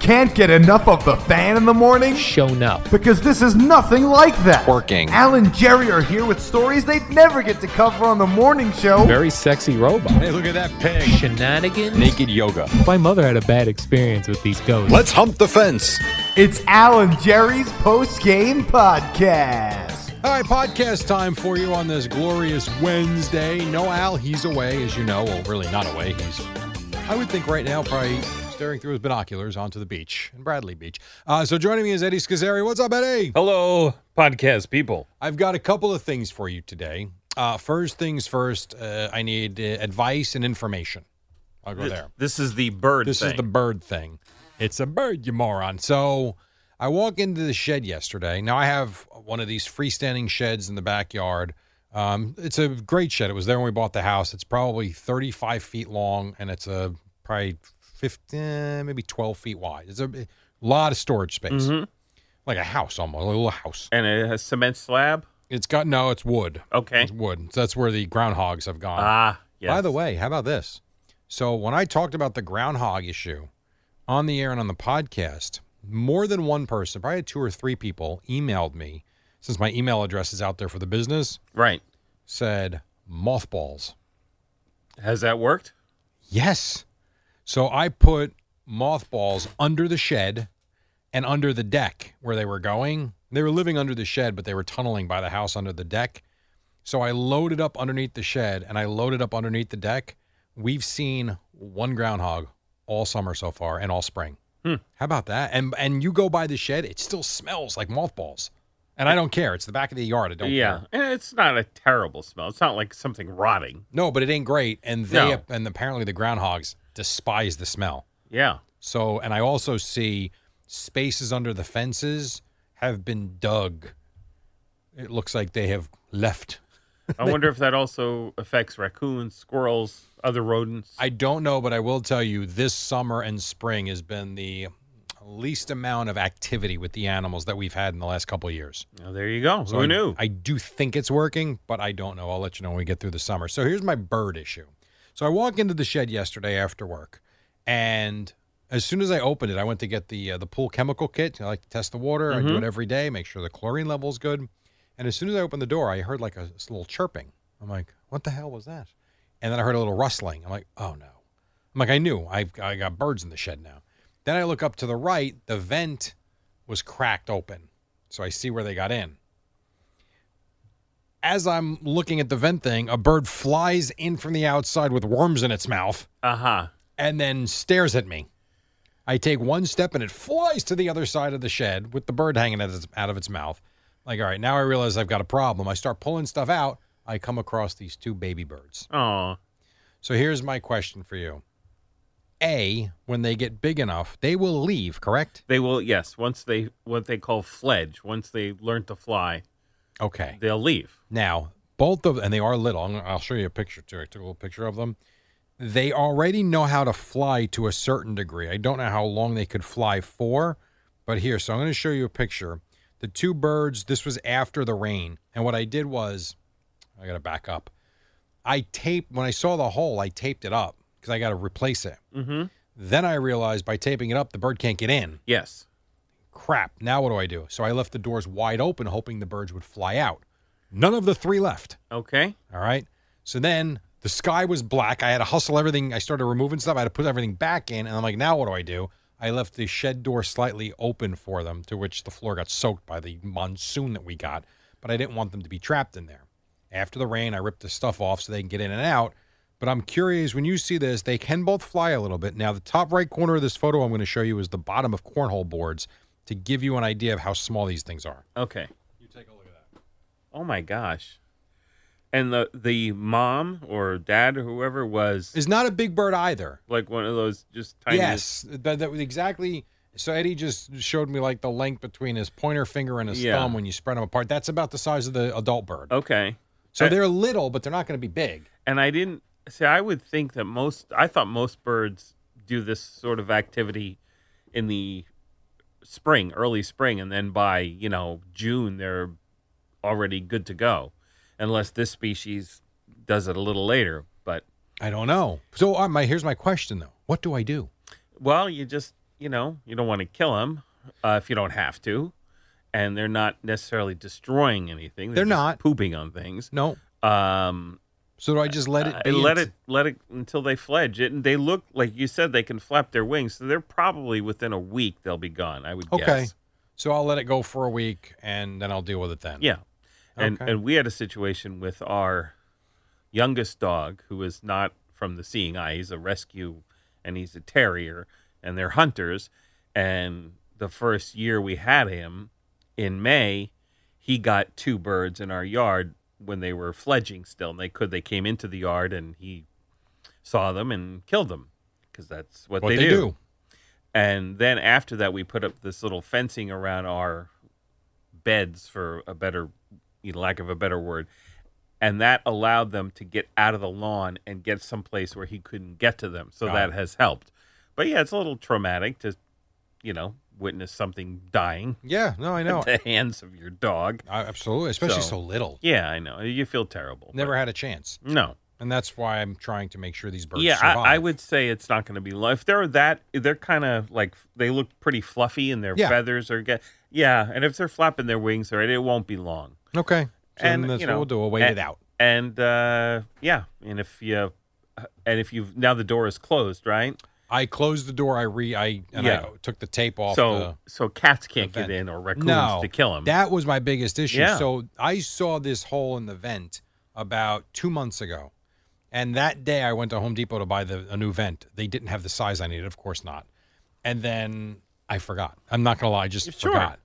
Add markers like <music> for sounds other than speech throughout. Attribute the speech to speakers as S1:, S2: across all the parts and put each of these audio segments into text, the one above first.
S1: Can't get enough of the fan in the morning?
S2: shown up.
S1: Because this is nothing like that.
S3: Working.
S1: Al and Jerry are here with stories they'd never get to cover on the morning show.
S2: Very sexy robot.
S3: Hey, look at that pig.
S2: Shenanigans.
S3: Naked yoga.
S2: My mother had a bad experience with these ghosts.
S3: Let's hump the fence.
S1: It's Al and Jerry's post game podcast.
S3: All right, podcast time for you on this glorious Wednesday. No Al, he's away, as you know. Well, really not away. He's, I would think right now, probably staring through his binoculars onto the beach in Bradley Beach. Uh, so joining me is Eddie Scazzeri. What's up, Eddie?
S4: Hello, podcast people.
S3: I've got a couple of things for you today. Uh, first things first, uh, I need uh, advice and information. I'll go
S4: This,
S3: there.
S4: this is the bird
S3: This
S4: thing.
S3: is the bird thing. It's a bird, you moron. So I walk into the shed yesterday. Now I have one of these freestanding sheds in the backyard. Um, it's a great shed. It was there when we bought the house. It's probably 35 feet long and it's a probably 15, maybe 12 feet wide. It's a lot of storage space, like a house almost, a little house.
S4: Mm-hmm. and it has cement slab.
S3: It's got no, it's wood.
S4: Okay.
S3: It's wood. So that's where the groundhogs have gone.
S4: Ah, yes.
S3: By the way, how about this? So when I talked about the groundhog issue on the air and on the podcast, more than one person, probably two or three people, emailed me since my email address is out there for the business,
S4: right?
S3: said mothballs.
S4: Has that worked?
S3: Yes. So I put mothballs under the shed and under the deck where they were going. They were living under the shed, but they were tunneling by the house under the deck. So I loaded up underneath the shed and I loaded up underneath the deck. We've seen one groundhog all summer so far and all spring.
S4: Hmm.
S3: How about that? And and you go by the shed, it still smells like mothballs. And I don't care. It's the back of the yard. I don't
S4: yeah.
S3: care.
S4: And it's not a terrible smell. It's not like something rotting.
S3: No, but it ain't great. And they
S4: No.
S3: and apparently the groundhogs despise the smell.
S4: Yeah.
S3: So, and I also see spaces under the fences have been dug. It looks like they have left.
S4: <laughs> I wonder if that also affects raccoons, squirrels, other rodents.
S3: I don't know, but I will tell you this summer and spring has been the least amount of activity with the animals that we've had in the last couple of years.
S4: Oh, there you go.
S3: I,
S4: Who knew?
S3: I do think it's working, but I don't know. I'll let you know when we get through the summer. So here's my bird issue. So I walk into the shed yesterday after work, and as soon as I opened it, I went to get the uh, the pool chemical kit. I like to test the water. I do
S4: Mm-hmm.
S3: it every day, make sure the chlorine level is good. And as soon as I opened the door, I heard like a s- little chirping. I'm like, what the hell was that? And then I heard a little rustling. I'm like, oh no. I'm like, I knew I I got birds in the shed now. Then I look up to the right. The vent was cracked open, so I see where they got in as I'm looking at the vent thing, a bird flies in from the outside with worms in its mouth
S4: uh huh.
S3: and then stares at me. I take one step and it flies to the other side of the shed with the bird hanging out of its, out of its mouth. Like, all right, now I realize I've got a problem. I start pulling stuff out. I come across these two baby birds.
S4: Oh,
S3: So here's my question for you A, when they get big enough, they will leave, correct?
S4: they will. Yes. Once they what they call fledge. Once they learn to fly,
S3: Okay.
S4: they'll leave.
S3: Now, both of and they are little. I'm, gonna- I'll show you a picture too. I took a little picture of them. They already know how to fly to a certain degree. I don't know how long they could fly for, but here, so I'm going to show you a picture. The two birds. This was after the rain, and what I did was, I got to back up. I taped when I saw the hole. I taped it up because I got to replace it.
S4: Mm-hmm.
S3: Then I realized by taping it up, the bird can't get in.
S4: Yes.
S3: crap, now what do I do? So I left the doors wide open, hoping the birds would fly out. None of the three left.
S4: Okay.
S3: All right. So then the sky was black. I had to hustle everything. I started removing stuff. I had to put everything back in. And I'm like, now what do I do? I left the shed door slightly open for them, to which the floor got soaked by the monsoon that we got. But I didn't want them to be trapped in there. After the rain, I ripped the stuff off so they can get in and out. But I'm curious when you see this, they can both fly a little bit. Now, the top right corner of this photo I'm going to show you is the bottom of cornhole boards to give you an idea of how small these things are.
S4: Okay. You take a look at that. Oh my gosh. And the the mom or dad or whoever was
S3: It's not a big bird either.
S4: like one of those just tiny.
S3: Yes, that, that was exactly. So Eddie just showed me like the length between his pointer finger and his
S4: Yeah. Uh,
S3: thumb when you spread them apart. That's about the size of the adult bird.
S4: Okay.
S3: So they're little, but they're not going to be big.
S4: And I didn't see. I would think that most. I thought most birds do this sort of activity in the spring, early spring, and then by you know June they're already good to go, unless this species does it a little later. But
S3: I don't know. So uh, my here's my question though: What do I do?
S4: Well, you just you know you don't want to kill them uh, if you don't have to, and they're not necessarily destroying anything.
S3: They're
S4: just
S3: not.
S4: pooping on things.
S3: No.
S4: Um,
S3: So do I just let it?
S4: I-
S3: be
S4: Uh, let
S3: and-
S4: it let it until they fledge it, and they look like you said they can flap their wings, so they're probably within a week they'll be gone. I would
S3: Okay.
S4: guess.
S3: So I'll let it go for a week, and then I'll deal with it then.
S4: Yeah. And
S3: Okay.
S4: and we had a situation with our youngest dog who is not from the seeing eye. He's a rescue and he's a terrier and they're hunters and the first year we had him in May, he got two birds in our yard when they were fledging still and they could they came into the yard and he saw them and killed them because that's what,
S3: What
S4: they,
S3: they,
S4: do.
S3: do?
S4: And then after that, we put up this little fencing around our beds, for a better, you know, lack of a better word. And that allowed them to get out of the lawn and get someplace where he couldn't get to them. So
S3: Got
S4: that
S3: it.
S4: has helped. But yeah, it's a little traumatic to, you know, witness something dying
S3: Yeah. No, I know.
S4: at the <laughs> hands of your dog.
S3: I, absolutely, especially
S4: So-
S3: so, little.
S4: Yeah, I know. You feel terrible.
S3: Never had a chance,
S4: but- No.
S3: and that's why I'm trying to make sure these birds.
S4: yeah,
S3: survive.
S4: I, I would say it's not going to be. Lo- if they're that, they're kind of like they look pretty fluffy, and their
S3: Yeah.
S4: feathers are get. Yeah, and if they're flapping their wings, right, it won't be long.
S3: Okay. So
S4: And,
S3: then that's
S4: you
S3: what
S4: know,
S3: we'll do. We'll wait
S4: and-
S3: it out.
S4: And uh, yeah, and if you, and if you've now the door is closed, right?
S3: I closed the door. I re. I and
S4: Yeah.
S3: I took the tape off.
S4: so
S3: the,
S4: so cats can't
S3: the
S4: get
S3: vent.
S4: in or raccoons
S3: no,
S4: to kill them.
S3: That was my biggest issue.
S4: Yeah.
S3: So I saw this hole in the vent about two months ago, and that day I went to Home Depot to buy the a new vent. They didn't have the size I needed, of course not. And then I forgot. I'm not gonna lie, I just
S4: Sure.
S3: forgot.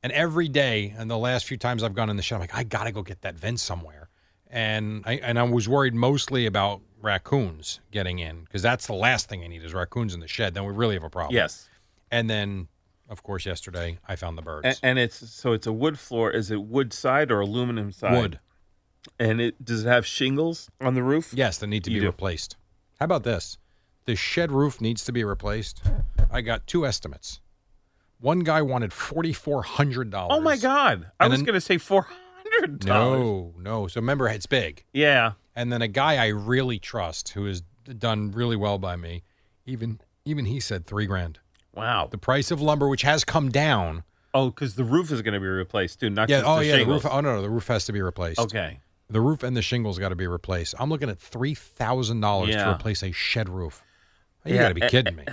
S3: And every day, and the last few times I've gone in the shed, I'm like, I gotta go get that vent somewhere. And I and I was worried mostly about raccoons getting in because that's the last thing I need is raccoons in the shed. Then we really have a problem.
S4: yes,
S3: And then, of course, yesterday I found the birds.
S4: and, and it's so it's a wood floor. Is it wood side or aluminum side?
S3: Wood.
S4: And it does it have shingles on the roof?
S3: Yes, they need to
S4: You
S3: be
S4: do.
S3: replaced. How about this? The shed roof needs to be replaced. I got two estimates. One guy wanted forty four hundred dollars.
S4: Oh my God! I
S3: And
S4: was
S3: then-
S4: going to say four hundred dollars.
S3: No, no. So remember, it's big.
S4: Yeah.
S3: And then a guy I really trust, who has done really well by me, even even he said three grand.
S4: Wow.
S3: The price of lumber, which has come down.
S4: Oh, because the roof is going to be replaced too. Not
S3: Yeah.
S4: Just
S3: Oh
S4: the
S3: yeah. The
S4: shingles.
S3: roof. Oh no, no. The roof has to be replaced.
S4: Okay.
S3: The roof and the shingles got to be replaced. I'm looking at three thousand dollars to
S4: Yeah.
S3: replace a shed roof. You
S4: Yeah,
S3: got to be
S4: eh,
S3: kidding me.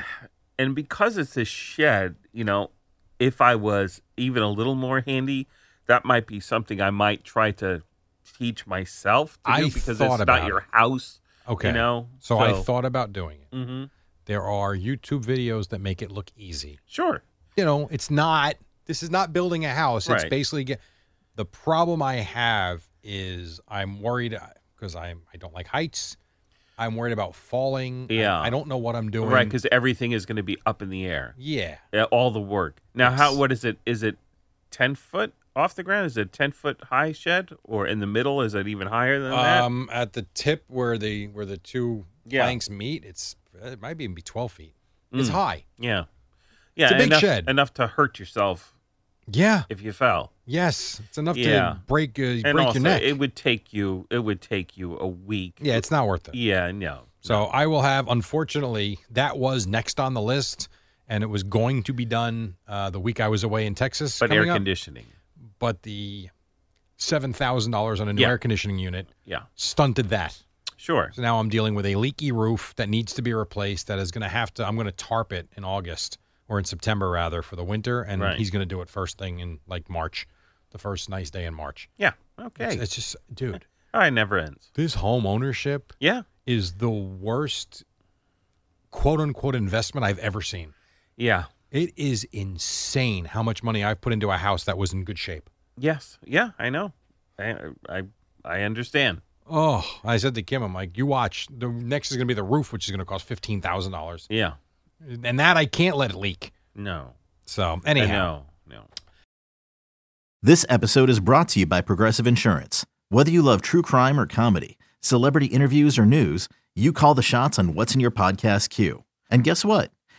S4: And because it's a shed, you know, if I was even a little more handy, that might be something I might try to teach myself to
S3: I
S4: do because
S3: thought
S4: it's
S3: about
S4: not your house.
S3: Okay.
S4: You know.
S3: So, I thought about doing it.
S4: hmm
S3: There are YouTube videos that make it look easy.
S4: Sure.
S3: You know, it's not. This is not building a house. It's
S4: Right.
S3: basically get, the problem I have is I'm worried because I'm I don't like heights. I'm worried about falling. I-
S4: Yeah.
S3: I, don't know what I'm doing.
S4: Right, because everything is going to be up in the air.
S3: yeah,
S4: Yeah, All the work. Now, how?
S3: Yes.
S4: What is it? Is it ten foot off the ground? Is it ten foot high shed, or in the middle? Is it even higher than that?
S3: um, at the tip where the where the two
S4: Yeah. Mm.
S3: planks meet, it's it might even be twelve feet. It's high.
S4: Yeah. Yeah.
S3: a big
S4: enough,
S3: shed.
S4: Enough to hurt yourself
S3: Yeah.
S4: if you fell.
S3: Yes. It's enough
S4: Yeah.
S3: to break uh,
S4: And
S3: break
S4: also,
S3: your neck.
S4: it would take you it would take you a week.
S3: yeah, it's not worth it.
S4: Yeah, no.
S3: So I will have, unfortunately, that was next on the list.
S5: and it was going to be done uh, the week I was away in Texas.
S4: but air
S5: coming up.
S4: conditioning.
S5: But the seven thousand dollars on a new
S4: Yeah.
S5: air conditioning unit
S4: Yeah,
S5: stunted that.
S4: sure.
S5: So now I'm dealing with a leaky roof that needs to be replaced. That is going to have to. I'm going to tarp it in August or in September rather for the winter, and
S4: Right.
S5: he's going to do it first thing in like March, the first nice day in March.
S4: Yeah. Okay.
S5: It's, it's just, dude,
S4: All right. Never ends.
S5: this home ownership
S4: Yeah.
S5: is the worst quote unquote investment I've ever seen.
S4: Yeah.
S5: It is insane how much money I've put into a house that was in good shape.
S4: Yes. Yeah. I know. I I I understand.
S5: Oh, I said to Kim, I'm like, you watch. The next is going to be the roof, which is going to cost fifteen thousand dollars,
S4: Yeah.
S5: and that I can't let it leak.
S4: No.
S5: So
S4: I
S5: anyhow,
S4: know. No.
S6: This episode is brought to you by Progressive Insurance. Whether you love true crime or comedy, celebrity interviews or news, you call the shots on what's in your podcast queue. And guess what?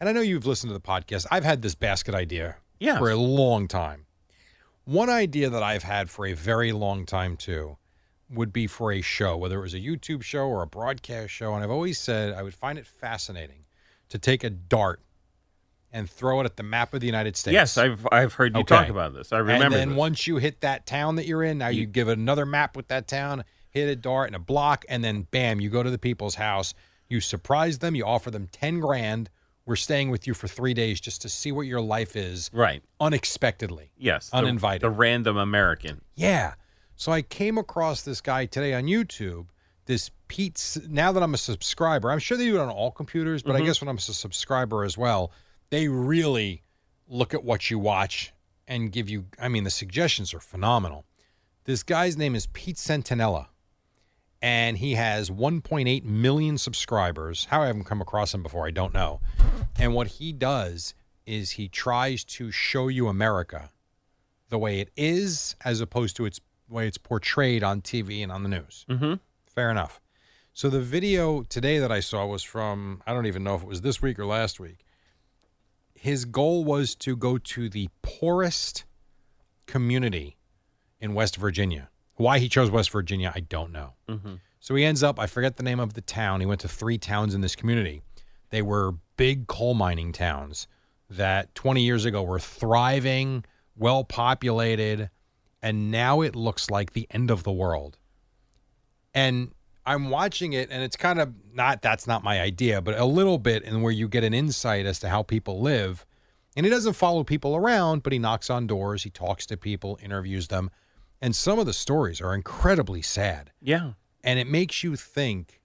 S5: and I know you've listened to the podcast. I've had this basket idea
S4: Yes.
S5: for a long time. One idea that I've had for a very long time too would be for a show, whether it was a YouTube show or a broadcast show, and I've always said I would find it fascinating to take a dart and throw it at the map of the United States.
S4: Yes. I've I've heard you
S5: Okay.
S4: talk about this. I remember.
S5: And then
S4: this.
S5: once you hit that town that you're in, now you, give it another map with that town, hit a dart and a block, and then bam, you go to the people's house. You surprise them. You offer them ten grand. We're staying with you for three days just to see what your life is
S4: Right.
S5: unexpectedly.
S4: Yes. the-
S5: Uninvited.
S4: The, random American.
S5: Yeah. So I came across this guy today on YouTube. This Pete. S- Now that I'm a subscriber, I'm sure they do it on all computers, but I guess when I'm a subscriber as well, they really look at what you watch and give you. I mean, the suggestions are phenomenal. This guy's name is Pete Sentinella, and he has 1.8 million subscribers. How I haven't come across him before, I don't know. And what he does is he tries to show you America the way it is as opposed to its way it's portrayed on TV and on the news.
S4: Mhm.
S5: Fair enough. So the video today that I saw was from I don't even know if it was this week or last week. His goal was to go to the poorest community in West Virginia. Why he chose West Virginia, I don't know. So he ends up, I forget the name of the town. He went to three towns in this community. They were big coal mining towns that 20 years ago were thriving, well populated, and now it looks like the end of the world. And I'm watching it, and it's kind of not that's not my idea, but a little bit in where you get an insight as to how people live. And he doesn't follow people around, but he knocks on doors, he talks to people, interviews them. And some of the stories are incredibly sad
S4: Yeah.
S5: and it makes you think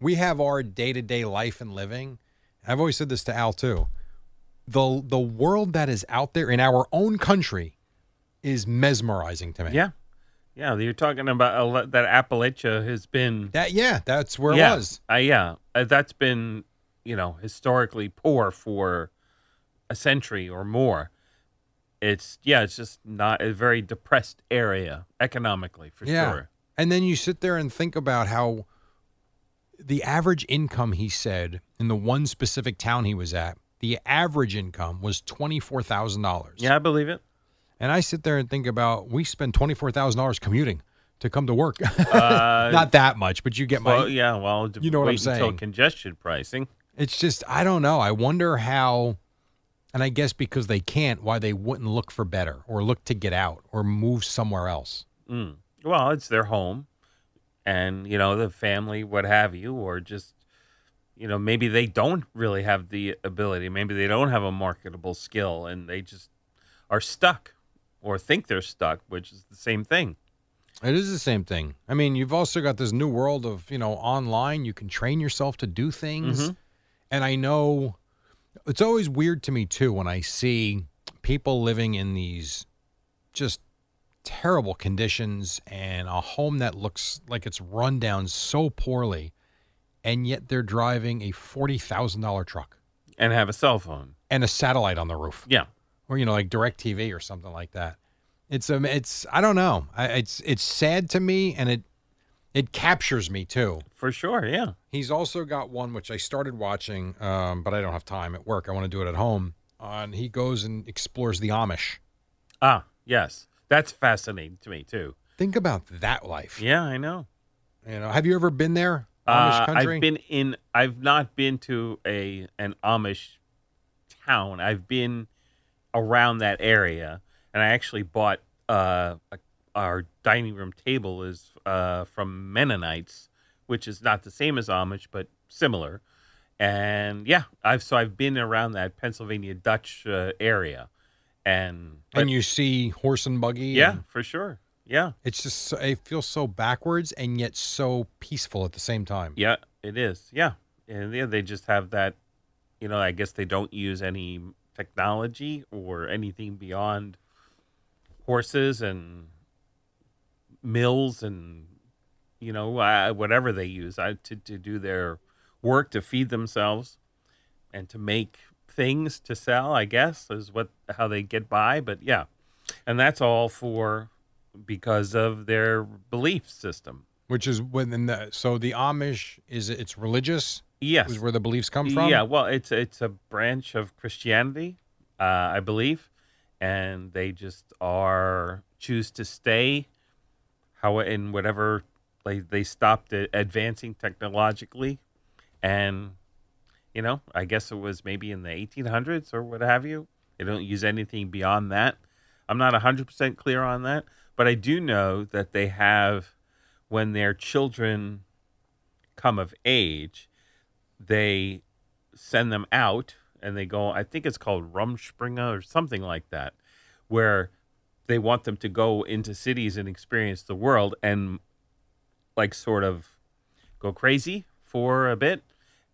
S5: we have our day-to-day life and living i've always said this to al too the the world that is out there in our own country is mesmerizing to me
S4: Yeah. Yeah. You're talking about a lo- that Appalachia has been.
S5: that yeah that's where
S4: yeah,
S5: it was
S4: Uh, yeah. Uh, that's been you know historically poor for a century or more. It's yeah. It's just not a very depressed area economically for
S5: Yeah.
S4: sure.
S5: And then you sit there and think about how the average income, he said, in the one specific town he was at, the average income was $24,000.
S4: Yeah, I believe it.
S5: And I sit there and think about we spend $24,000 commuting to come to work. <laughs>
S4: Uh,
S5: Not that much, but you get my
S4: Well, yeah. Well, d-
S5: You know what I'm
S4: wait until
S5: saying.
S4: congestion pricing.
S5: It's just I don't know. I wonder how, and I guess because they can't, why they wouldn't look for better or look to get out or move somewhere else.
S4: Mm. Well, it's their home, and you know the family, what have you, or just you know maybe they don't really have the ability, maybe they don't have a marketable skill, and they just are stuck or think they're stuck, which is the same thing.
S5: It is the same thing. I mean, you've also got this new world of you know online. You can train yourself to do
S4: Mm-hmm.
S5: things, and I know it's always weird to me too when I see people living in these just terrible conditions and a home that looks like it's run down so poorly, and yet they're driving a forty thousand dollar truck.
S4: And have a cell phone.
S3: and a satellite on the roof,
S4: Yeah.
S3: or you know, like Direct TV or something like that. It's um, it's I don't know. I, it's it's sad to me, and it it captures me too.
S4: For sure. Yeah.
S3: He's also got one which I started watching, um, but I don't have time at work. I want to do it at home. On he goes and explores the Amish.
S4: Ah, yes. That's fascinating to me too.
S3: Think about that life.
S4: Yeah, I know.
S3: You know, have you ever been there? Amish
S4: Uh,
S3: country.
S4: I've been in. I've not been to a an Amish town. I've been around that area, and I actually bought uh, a, our dining room table is uh, from Mennonites, which is not the same as Amish, but similar. And yeah, I've so I've been around that Pennsylvania Dutch uh, area, and,
S3: and you see horse and buggy.
S4: yeah,
S3: and
S4: for sure, yeah,
S3: it's just so, it feels so backwards and yet so peaceful at the same time.
S4: Yeah, it is. Yeah. And yeah, they just have that, you know, I guess they don't use any technology or anything beyond horses and mills and, you know, uh, whatever they use uh, to, to do their work, to feed themselves and to make things to sell, I guess, is what how they get by. But yeah. And that's all for because of their belief system.
S3: Which is within the so the Amish is it's religious
S4: Yes.
S3: is where the beliefs come from.
S4: Yeah, well, it's it's a branch of Christianity, uh, I believe, and they just are choose to stay how in whatever they they stopped a- advancing technologically, and you know, I guess it was maybe in the 1800s or what have you. They don't use anything beyond that. I'm not 100% clear on that, but I do know that they have when their children come of age, they send them out and they go i think it's called rumspringa or something like that where they want them to go into cities and experience the world and like sort of go crazy for a bit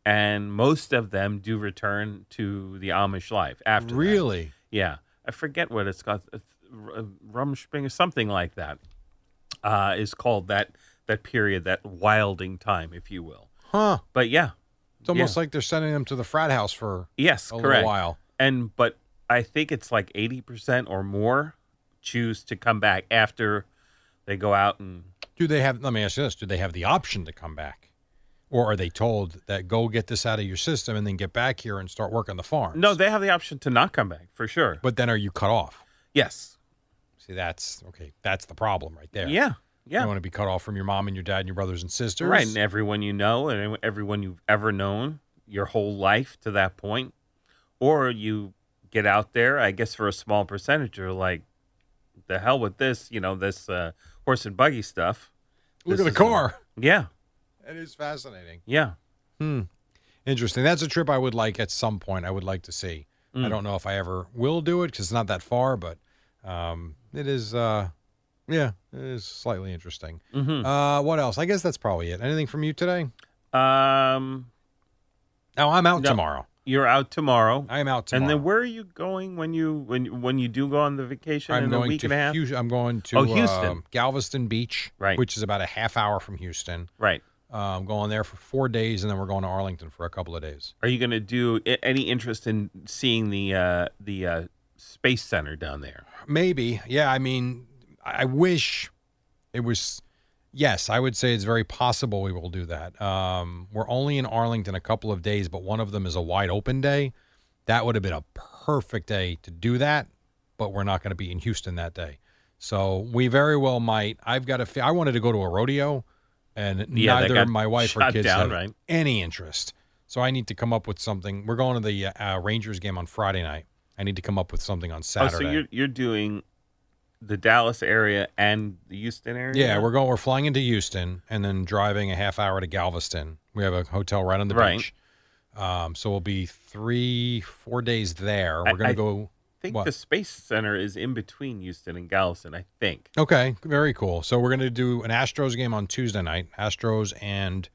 S4: and most of them do return to the amish life after that.
S3: really.
S4: Yeah, I forget what it's got. Rumspring or something like that uh, is called that that period, that wilding time, if you will.
S3: Huh.
S4: But yeah,
S3: It's almost
S4: Yeah.
S3: like they're sending them to the frat house for
S4: yes,
S3: a
S4: correct.
S3: little while.
S4: And but I think it's like eighty percent or more choose to come back after they go out and
S3: Do they have let me ask you this, do they have the option to come back? Or are they told that go get this out of your system and then get back here and start working the farm?
S4: no, they have the option to not come back for sure.
S3: but then are you cut off?
S4: yes,
S3: See, that's okay. That's the problem right there.
S4: yeah,
S3: You
S4: yeah,
S3: want to be cut off from your mom and your dad and your brothers and sisters.
S4: right. And everyone you know and everyone you've ever known your whole life to that point, or you get out there. I guess for a small percentage, you're like, the hell with this, you know, this uh, horse and buggy stuff.
S3: Look
S4: This
S3: at the
S4: is- <laughs>
S3: car.
S4: Yeah,
S3: It is fascinating.
S4: yeah.
S3: Interesting. That's a trip I would like at some point. I would like to see.
S4: Mm.
S3: I don't know if I ever will do it because it's not that far, but um, it is. Uh, yeah, it is slightly interesting.
S4: Mm-hmm.
S3: Uh, what else? I guess that's probably it. Anything from you today?
S4: Um,
S3: No, I'm out
S4: No.
S3: tomorrow.
S4: you're out tomorrow.
S3: I am out tomorrow.
S4: And then where are you going when you when when you do go on the vacation
S3: I'm
S4: in
S3: going
S4: a week
S3: to
S4: and a half?
S3: Houston. I'm going to
S4: Oh, Houston.
S3: um, Galveston Beach,
S4: Right.
S3: which is about a half hour from Houston.
S4: Right.
S3: Uh, I'm going there for four days, and then we're going to Arlington for a couple of days.
S4: Are you going to do a- any interest in seeing the uh, the uh, space center down there?
S3: Maybe. Yeah. I mean, I I wish it was. Yes, I would say it's very possible we will do that. Um, we're only in Arlington a couple of days, but one of them is a wide open day. That would have been a perfect day to do that, but we're not going to be in Houston that day. So we very well might. I've got a. fe- I wanted to go to a rodeo, and
S4: Yeah, that
S3: neither
S4: got
S3: my wife or
S4: shut
S3: kids
S4: down,
S3: have
S4: right?
S3: any interest. So I need to come up with something. We're going to the uh, Rangers game on Friday night. I need to come up with something on Saturday.
S4: Oh, so you're you're doing the Dallas area and the Houston area?
S3: Yeah, we're going. We're flying into Houston and then driving a half hour to Galveston. We have a hotel right on the
S4: Right.
S3: beach. Um, so we'll be three, four days there. We're
S4: I-
S3: gonna
S4: I
S3: go.
S4: I think
S3: what?
S4: the space center is in between Houston and Galveston. I think.
S3: Okay, very cool. So we're gonna do an Astros game on Tuesday night. Astros and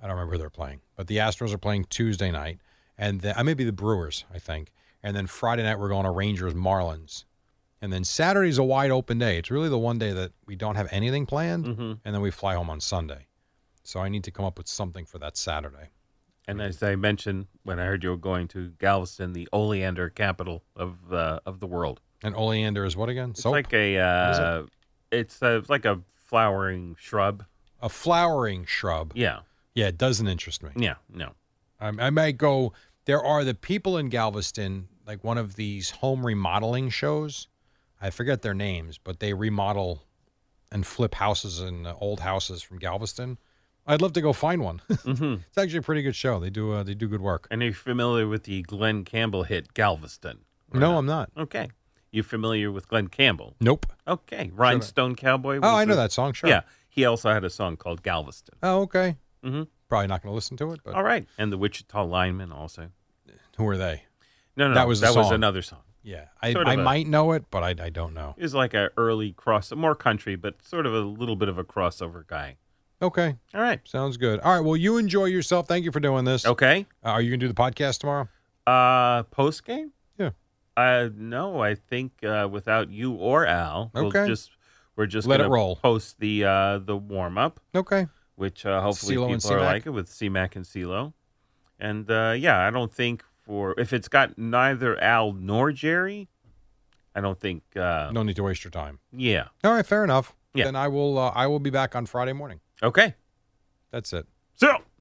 S3: I don't remember who they're playing, but the Astros are playing Tuesday night, and then I may be the Brewers, I think. And then Friday night we're going to Rangers Marlins, and then Saturday's a wide open day. It's really the one day that we don't have anything
S4: Mm-hmm.
S3: planned, and then we fly home on Sunday. So I need to come up with something for that Saturday.
S4: And as I mentioned when I heard you were going to Galveston, the oleander capital of uh, of the world.
S3: And oleander is what again?
S4: It's
S3: Soap?
S4: like a
S3: is it?
S4: uh, it's a, it's like a flowering shrub.
S3: a flowering shrub.
S4: Yeah,
S3: Yeah, it doesn't interest me.
S4: yeah, no.
S3: I, I might go. There are the people in Galveston, like one of these home remodeling shows. I forget their names, but they remodel and flip houses and uh, old houses from Galveston. I'd love to go find one. <laughs>
S4: hmm
S3: it's actually a pretty good show. They do uh, they do good work.
S4: And are you familiar with the Glenn Campbell hit Galveston? or
S3: No,
S4: not?
S3: I'm not.
S4: Okay. You familiar with Glenn Campbell?
S3: Nope.
S4: Okay. Rhinestone Cowboy.
S3: Oh,
S4: was
S3: I know
S4: a-
S3: that song. Sure.
S4: Yeah. He also had a song called Galveston.
S3: Oh, okay.
S4: Mhm.
S3: Probably not going to listen to it, but
S4: All right. And the Wichita Lineman also.
S3: who are they?
S4: No, no,
S3: That
S4: no,
S3: was the
S4: that was
S3: song.
S4: another song.
S3: Yeah, I,
S4: Sort of
S3: I
S4: a-
S3: might know it, but I, I don't know.
S4: He was like a early cross, more country, but sort of a little bit of a crossover guy.
S3: Okay,
S4: All right.
S3: sounds good. All right, well, you enjoy yourself. Thank you for doing this.
S4: Okay.
S3: Uh, are you going to do the podcast tomorrow?
S4: Uh, post game?
S3: Yeah.
S4: Uh, no, I think uh, without you or Al,
S3: Okay.
S4: we'll just we're just
S3: Let it
S4: gonna
S3: roll.
S4: Post the uh, the warm up.
S3: Okay.
S4: which uh, hopefully
S3: CeeLo and
S4: people are
S3: C-Mac?
S4: like it with CMAC and CeeLo. And uh, yeah, I don't think for if it's got neither Al nor Jerry, I don't think. Uh,
S3: No need to waste your time.
S4: Yeah.
S3: All right, fair enough.
S4: Yeah.
S3: Then I will uh, I will be back on Friday morning.
S4: Okay.
S3: That's it.
S4: So.